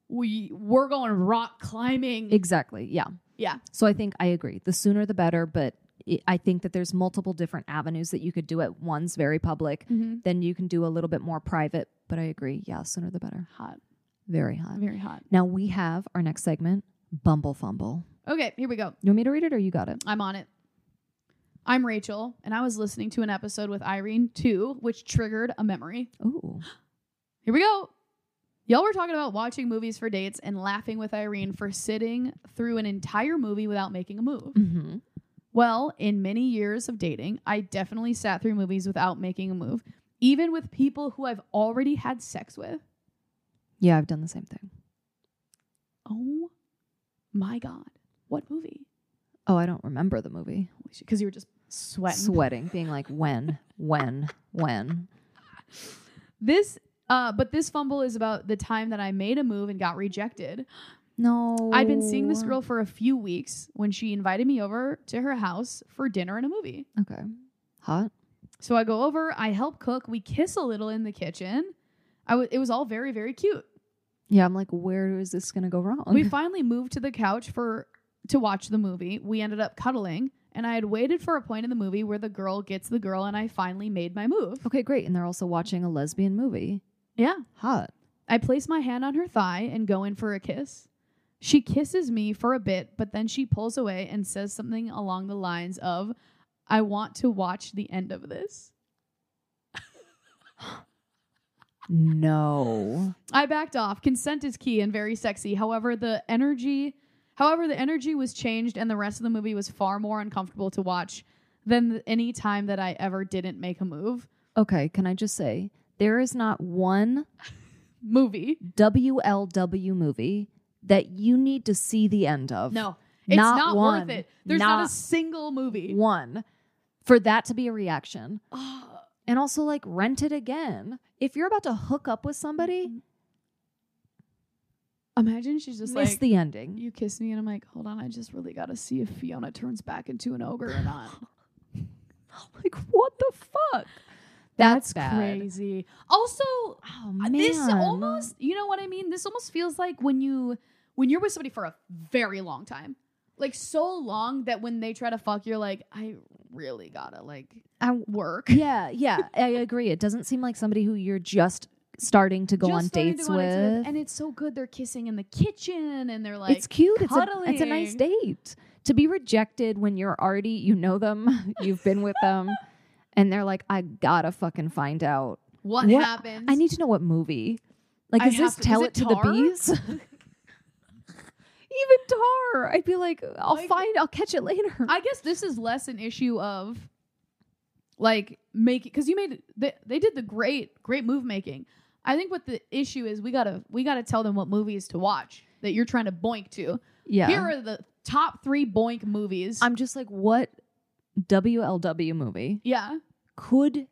we we're going rock climbing.
Exactly. Yeah.
yeah,
So I think I agree. The sooner the better, but i I think that there's multiple different avenues that you could do it. One's very public,
Mhm.
then you can do a little bit more private, but I agree. Yeah, sooner the better.
hot,
Very hot.
very hot.
Now we have our next segment, Bumble Fumble.
Okay, here we go.
You want me to read it or you got it?
I'm on it. I'm Rachel, and I was listening to an episode with Irene too, which triggered a memory.
Ooh.
Here we go. Y'all were talking about watching movies for dates and laughing with Irene for sitting through an entire movie without making a move.
Mm-hmm.
Well, in many years of dating, I definitely sat through movies without making a move, even with people who I've already had sex with.
Yeah, I've done the same thing.
Oh my God. What movie?
Oh, I don't remember the movie.
Because you were just sweating.
Sweating, being like, when, when, when.
This, uh, but this fumble is about the time that I made a move and got rejected.
No.
I'd been seeing this girl for a few weeks when she invited me over to her house for dinner and a movie.
Okay. Hot.
So I go over, I help cook, we kiss a little in the kitchen. I w- it was all very, very cute.
Yeah, I'm like, where is this going to go wrong?
We finally moved to the couch for to watch the movie. We ended up cuddling, and I had waited for a point in the movie where the girl gets the girl, and I finally made my move.
okay, great. And they're also watching a lesbian movie.
Yeah.
Hot.
I place my hand on her thigh and go in for a kiss. She kisses me for a bit, but then she pulls away and says something along the lines of, I want to watch the end of this.
No.
I backed off. Consent is key and very sexy. However, the energy, however, the energy was changed and the rest of the movie was far more uncomfortable to watch than any time that I ever didn't make a move.
Okay, can I just say, there is not one
Movie.
WLW movie that you need to see the end of.
No. It's
Not
not,
one.
worth it. There's not, a
Not
single movie. Uh,
One. For that to be a reaction. and also like rent it again. If you're about to hook up with somebody,
Imagine she's Mm, just
miss
like,
the ending.
you kiss me, and I'm like, hold on, I just really got to see if Fiona turns back into an ogre or not.
like what the fuck? That's, bad.
crazy. Also,
Oh man,
uh, this almost, you know what I mean? This almost feels like when you when you're with somebody for a very long time. Like so long that when they try to fuck, you're like, I really gotta like
I-
work.
Yeah, yeah, I agree. It doesn't seem like somebody who you're just starting to go
Just
on
starting to
dates
go on
with.
And it's so good. They're kissing in the kitchen and they're like
it's cute. It's a, it's a nice
cuddling.
date. To be rejected when you're already, you know them, you've been with them, and they're like, I gotta fucking find out.
What,
What-
happens?
I need to know what movie. Like,
I
is this
have to- is
Tell
it
It to the
Tar?
Bees? Even Tar. I'd be like, I'll
Like-
find, I'll catch it later.
I guess this is less an issue of like making because you made they, they did the great great move making. I think what the issue is we gotta we gotta tell them what movies to watch that you're trying to boink to.
yeah.
Here are the top three boink movies.
I'm just like, what WLW movie
yeah,
could,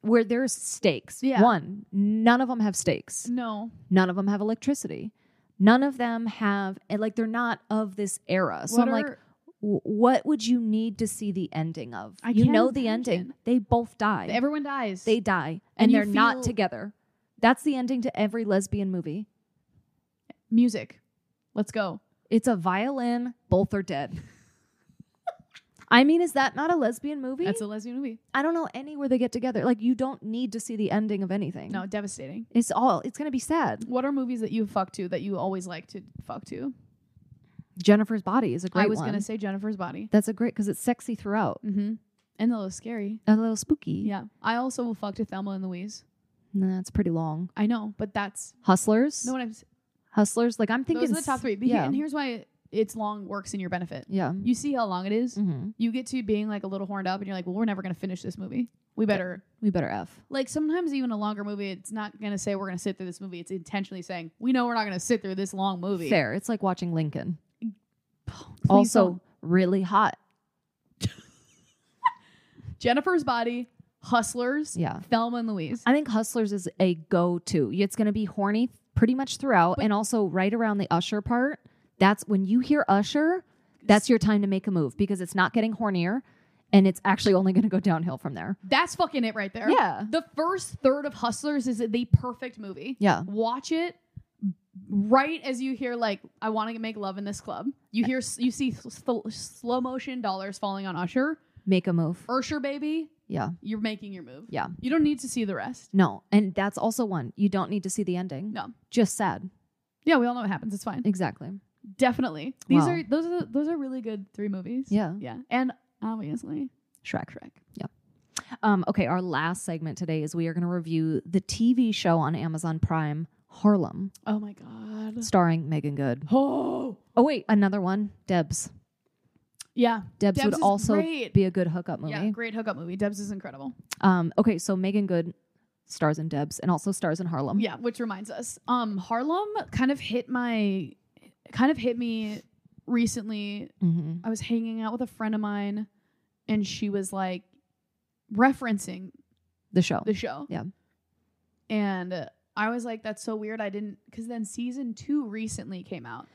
where there's stakes?
Yeah.
One, none of them have stakes.
no,
None of them have electricity. None of them have and, like they're not of this era. So
What
I'm like,
are-
w- what would you need to see the ending of?
I
you
can't
know the ending.
imagine.
They both die.
everyone dies.
they die, and,
And you
they're not
feel-
together. That's the ending to every lesbian movie.
music. Let's go.
It's a violin. Both are dead. I mean, is that not a lesbian movie?
That's a lesbian movie.
I don't know any where they get together. Like you don't need to see the ending of anything.
No, devastating.
it's all. It's gonna be sad.
What are movies that you fuck to that you always like to fuck to?
Jennifer's body is a great
I was
one.
gonna say Jennifer's Body.
That's a great because it's sexy throughout.
Mm-hmm. And a little scary.
a little spooky.
Yeah, I also will fuck to Thelma and Louise.
Nah, it's pretty long.
I know, but that's
Hustlers.
no what I'm.
Hustlers. Like I'm thinking
Those are the top three. But
Yeah.
here, and here's why it's long works in your benefit.
yeah.
You see how long it is?
hmm
You get to being like a little horned up, and you're like, well, we're never gonna finish this movie. We better
We better f.
like sometimes even a longer movie. It's not gonna say we're gonna sit through this movie. It's intentionally saying we know we're not gonna sit through this long movie.
Fair. It's like watching Lincoln.
Please
also
don't.
really hot.
Jennifer's Body, Hustlers,
Yeah.
Thelma and Louise.
I think Hustlers is a go-to. It's going to be horny pretty much throughout, and also right around the Usher part. That's when you hear Usher. That's your time to make a move because it's not getting hornier, and it's actually only going to go downhill from there.
That's fucking it right there.
Yeah.
The first third of Hustlers is the perfect movie.
Yeah.
Watch it right as you hear like I want to make love in this club. You hear you see sl- slow motion dollars falling on Usher.
Make a move.
Usher baby,
Yeah.
you're making your move.
Yeah.
You don't need to see the rest.
No, and that's also one you don't need to see the ending.
No.
Just sad.
Yeah, we all know what happens. It's fine.
Exactly.
Definitely. These
Wow.
are those are those are really good three movies.
Yeah.
Yeah. And obviously
Shrek.
Shrek.
Um, okay, our last segment today is we are going to review the TV show on Amazon Prime, Harlem,
Oh my god.
starring Megan Good.
Oh.
Oh wait, another one, Debs.
Yeah.
Debs,
Debs
would
is
also
great.
be a good hookup movie.
Yeah, great hookup movie. Debs is incredible.
Um, okay, so Megan Good stars in Debs and also stars in Harlem.
Yeah, which reminds us. Um Harlem kind of hit my kind of hit me recently.
hmm
I was hanging out with a friend of mine and she was like referencing
The show.
the show.
Yeah.
And uh, I was like that's so weird. I didn't cuz then season 2 recently came out.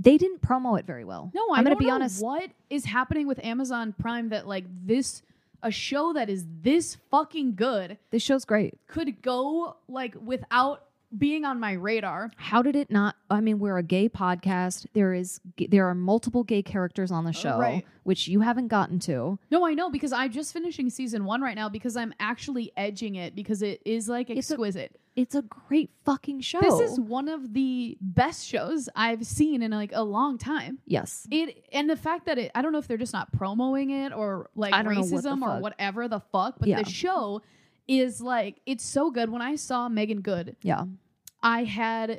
they didn't promo it very well.
No,
am
I am
gonna
going to
be
know
honest.
what is happening with Amazon Prime that like this a show that is this fucking good
This show's great.
could go like without being on my radar.
How did it not? I mean, we're a gay podcast. There is there are multiple gay characters on the show,
Oh, right.
which you haven't gotten to.
No, I know because I'm just finishing season one right now because I'm actually edging it because it is like
It's a
exquisite.
It's a great fucking show.
This is one of the best shows I've seen in like a long time.
yes.
It and the fact that it, I don't know if they're just not promoting it or like
I don't know what the
racism or
fuck.
whatever the fuck, but
Yeah.
the show is like it's so good. When I saw Megan Good,
Yeah.
I had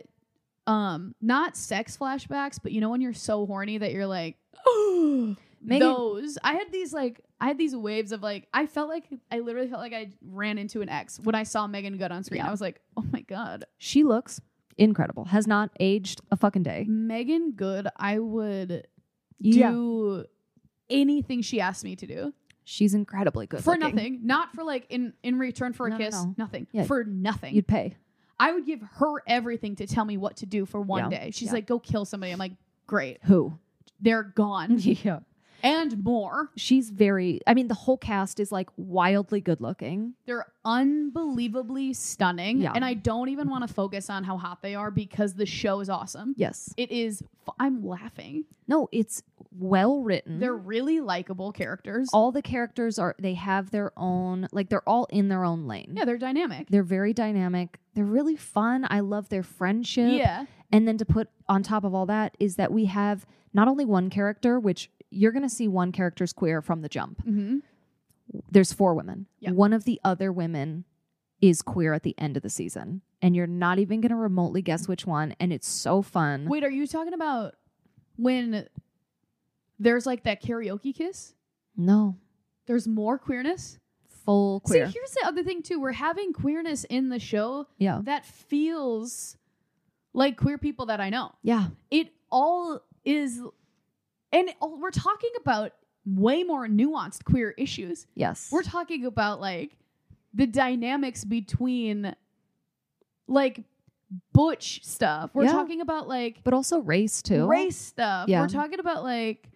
um not sex flashbacks, but you know when you're so horny that you're like
Megan-
those. I had these like I had these waves of like I felt like I literally felt like I ran into an ex when I saw Megan Good on screen.
Yeah.
I was like, oh my god,
She looks incredible. Has not aged a fucking day.
Megan Good. I would
Yeah.
do anything she asked me to do.
She's incredibly good
for
looking.
nothing, not for like in in return for a
No, no,
kiss,
no.
nothing
Yeah.
for nothing.
You'd pay.
I would give her everything to tell me what to do for one
Yeah.
day. She's
Yeah.
like, "Go kill somebody." I'm like, "Great,
Who?
they're gone
yeah.
and more."
She's very. I mean, the whole cast is like wildly good looking.
They're unbelievably stunning,
Yeah.
and I don't even want to focus on how hot they are because the show is awesome.
Yes.
It is. F- I'm laughing.
No, it's well written.
They're really likable characters.
all the characters are. They have their own. Like they're all in their own lane.
yeah, they're dynamic.
They're very dynamic. They're really fun. I love their friendship.
yeah,
And then to put on top of all that is that we have not only one character, which you're going to see one character's queer from the jump.
hmm
There's four women.
Yeah.
One of the other women is queer at the end of the season. And you're not even going to remotely guess which one. And it's so fun.
Wait, are you talking about when there's like that karaoke kiss?
No,
There's more queerness.
full queer.
See, here's the other thing too. We're having queerness in the show
yeah.
that feels like queer people that I know.
Yeah.
It all is, and all, we're talking about way more nuanced queer issues.
Yes.
We're talking about like the dynamics between like butch stuff. We're
Yeah.
talking about like
but also race, too.
race stuff.
Yeah.
We're talking about like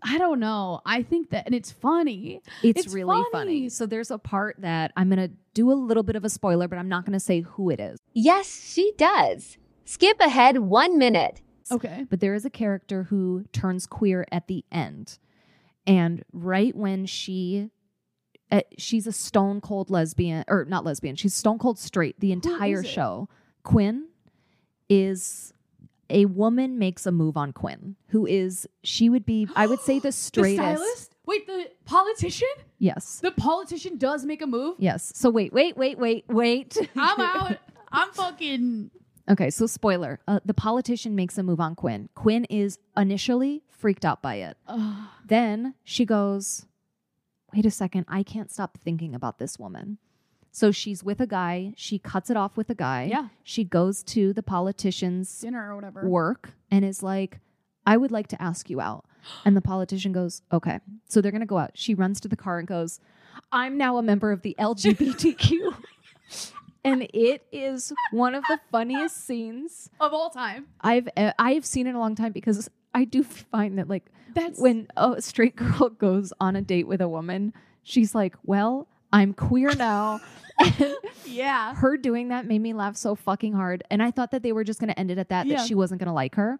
I don't know. I think that and it's funny.
It's,
It's
really funny.
funny.
So there's a part that I'm going to do a little bit of a spoiler, but I'm not going to say who it is.
Yes, she does. Skip ahead one minute.
Okay.
but there is a character who turns queer at the end and right when she uh, she's a stone cold lesbian or not lesbian she's stone cold straight the entire
it?
show quinn is a woman makes a move on quinn who is she would be i would say the straightest
The stylist? Wait, the politician?
yes
The politician does make a move.
yes so wait wait wait wait wait
I'm out. I'm fucking
Okay, so spoiler. Uh, the politician makes a move on Quinn. Quinn is initially freaked out by it.
Ugh.
Then she goes, Wait a second, I can't stop thinking about this woman. So she's with a guy. She cuts it off with a guy.
Yeah.
She goes to the politician's
dinner or whatever.
work and is like, I would like to ask you out. And the politician goes, Okay. So they're going to go out. She runs to the car and goes, I'm now a member of the LGBTQ. and it is one of the funniest scenes
Of all time.
I've uh, I've seen in a long time because I do find that like
That's
when a straight girl goes on a date with a woman, she's like, "Well, I'm queer now." And
yeah.
her doing that made me laugh so fucking hard, and I thought that they were just going to end it at that
Yeah.
that she wasn't going to like her.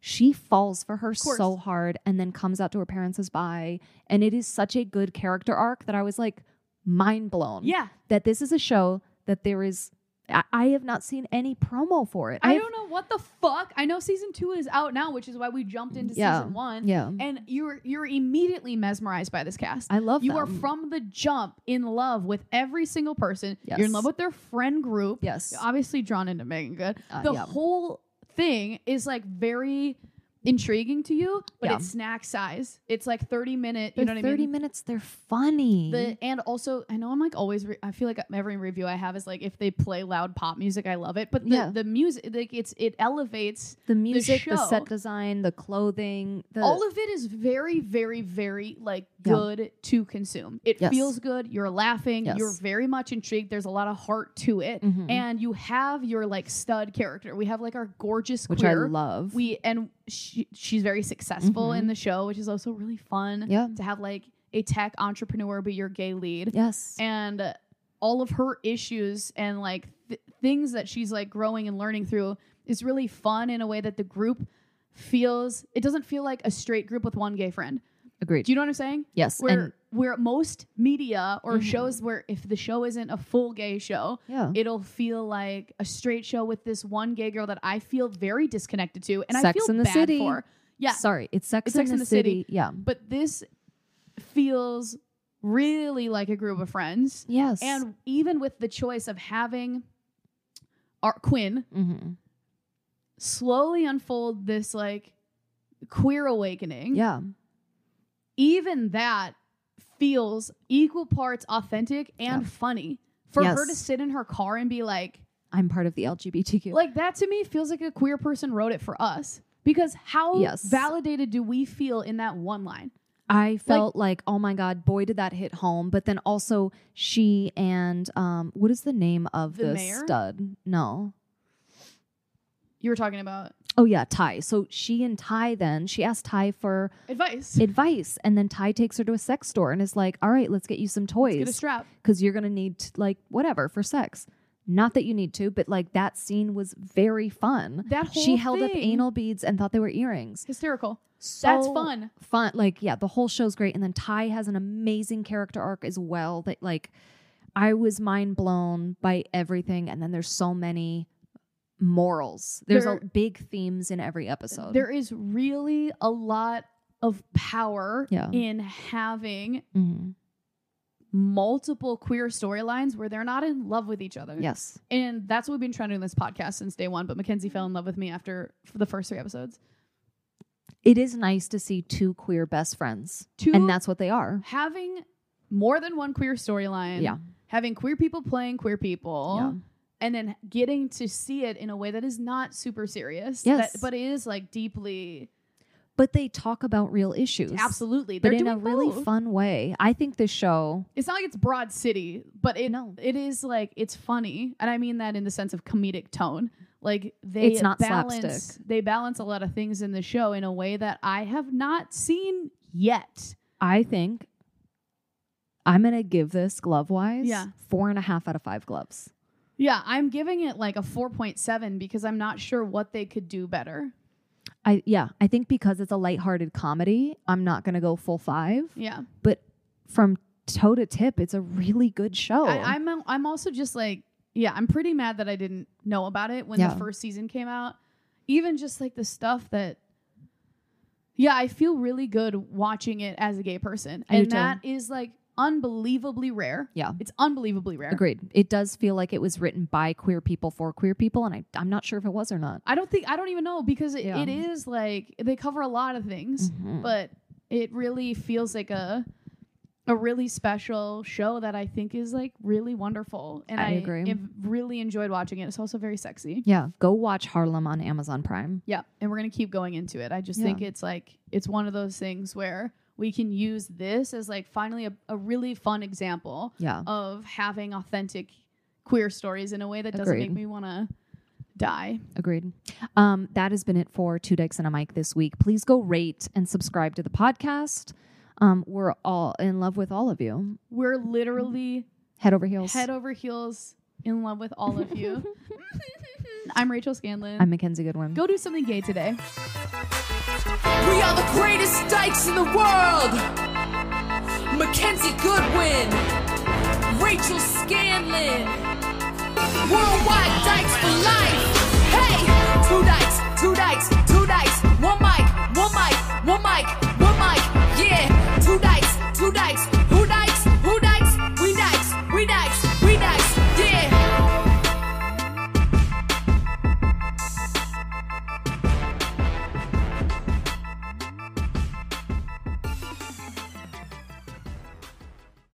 She falls for her
course.
so hard and then comes out to her parents as bi, and it is such a good character arc that I was like mind blown.
Yeah.
that this is a show that there is. I, I have not seen any promo for it.
I,
have-
don't know what the fuck. I know season two is out now, which is why we jumped into
Yeah.
season one.
Yeah,
And you're you're immediately mesmerized by this cast.
I love
you
them.
are from the jump in love with every single person.
Yes.
You're in love with their friend group.
Yes.
You're obviously drawn into Megan Good.
Uh,
the
yeah.
whole thing is like very intriguing to you, but
Yeah.
it's snack size. It's like 30 minute,
They're
you know what
30
I mean?
minutes, they're funny.
The, and also, I know I'm like always. Re- I feel like every review I have is like if they play loud pop music, I love it. But the,
Yeah.
the music, like it's it elevates.
the music, the,
show.
set design, the clothing, the
All of it is very, very, very like
Yeah.
good to consume. It
Yes.
feels good. You're laughing.
Yes.
You're very much intrigued. There's a lot of heart to it,
Mhm.
and you have your like stud character. We have like our gorgeous
which
queer.
I love.
We and she, she's very successful
Mhm.
in the show, which is also really fun.
yeah.
To have like a tech entrepreneur be your gay lead.
Yes.
and uh, all of her issues and like th- things that she's like growing and learning through is really fun in a way that the group feels it doesn't feel like a straight group with one gay friend.
Agreed.
Do you know what I'm saying?
yes.
Where
and
where most media or
Mhm.
shows where if the show isn't a full gay show,
yeah.
it'll feel like a straight show with this one gay girl that I feel very disconnected to and I
Sex
feel
and the
bad
City.
for. Yeah.
Sorry. It's Sex,
It's
and
Sex
the,
and the
City. Yeah.
But this feels really like a group of friends.
Yes.
And even with the choice of having our Quinn
Mhm.
slowly unfold this like queer awakening,
yeah.
even that feels equal parts authentic and
Yeah.
funny. For her
Yes.
to sit in her car and be like,
I'm part of the LGBTQ.
like that to me feels like a queer person wrote it for us. Because how
Yes.
validated do we feel in that one line?
I felt like, oh my god, boy, did that hit home. But then also she and um, what is the name of
The
the,
mayor?
stud? No,
You were talking about
oh yeah, Ty. So she and Ty then she asked Ty for
advice.
advice, and then Ty takes her to a sex store and is like, all right, let's get you some
Let's get a
toys
strap.
because you're gonna need t- like whatever for sex. Not that you need to, but like that scene was very fun.
That whole
She held up
thing-
anal beads and thought they were earrings.
Hysterical.
So
That's fun.
fun. Like, yeah, the whole show's great. And then Ty has an amazing character arc as well. That like I was mind blown by everything. And then there's so many morals. There's
There-
a, big themes in every episode.
There is really a lot of power
Yeah.
in having
Mhm.
multiple queer storylines where they're not in love with each other.
Yes.
And that's what we've been trying to do in this podcast since day one. But Mackenzie fell in love with me after for the first three episodes.
It is nice to see two queer best friends.
Two
And that's what they are.
having more than one queer storyline.
Yeah.
Having queer people playing queer people.
Yeah.
And then getting to see it in a way that is not super serious.
Yes.
that- but it is like deeply
But they talk about real issues.
absolutely
But
they're
in
doing
a really
both.
fun way. I think this show
it's not like it's broad city, but it
No.
it is like it's funny, and I mean that in the sense of comedic tone. Like they
It's not
balance,
slapstick.
They balance a lot of things in the show in a way that I have not seen yet.
I think I'm gonna give this glove wise
Yeah.
four and a half out of five gloves.
Yeah, I'm giving it like a four point seven because I'm not sure what they could do better.
I yeah, I think because it's a lighthearted comedy, I'm not gonna go full five.
Yeah,
But from toe to tip, it's a really good show.
I, I'm I'm also just like yeah, I'm pretty mad that I didn't know about it when
Yeah.
the first season came out. Even just like the stuff that yeah, I feel really good watching it as a gay person,
I do
and
too.
that is like unbelievably rare.
Yeah.
it's unbelievably rare.
Agreed. It does feel like it was written by queer people for queer people, and I, I'm not sure if it was or not.
I don't think I don't even know because it,
Yeah.
it is like they cover a lot of things,
Mhm.
but it really feels like a a really special show that I think is like really wonderful, and
I agree.
have really enjoyed watching it. It's also very sexy.
Yeah, go watch Harlem on Amazon Prime.
Yeah, and we're gonna keep going into it. I just think it's like it's one of those things where we can use this as like finally a, a really fun example
Yeah,
of having authentic queer stories in a way that doesn't
Agreed.
make me want to die.
agreed. Um, that has been it for Two Dicks and a Mic this week. Please go rate and subscribe to the podcast. Um, we're all in love with all of you.
We're literally
Head over heels.
head over heels in love with all of you. I'm Rachel Scanlon.
I'm Mackenzie Goodwin.
Go do something gay today.
We are the greatest dykes in the world. Mackenzie Goodwin, Rachel Scanlon,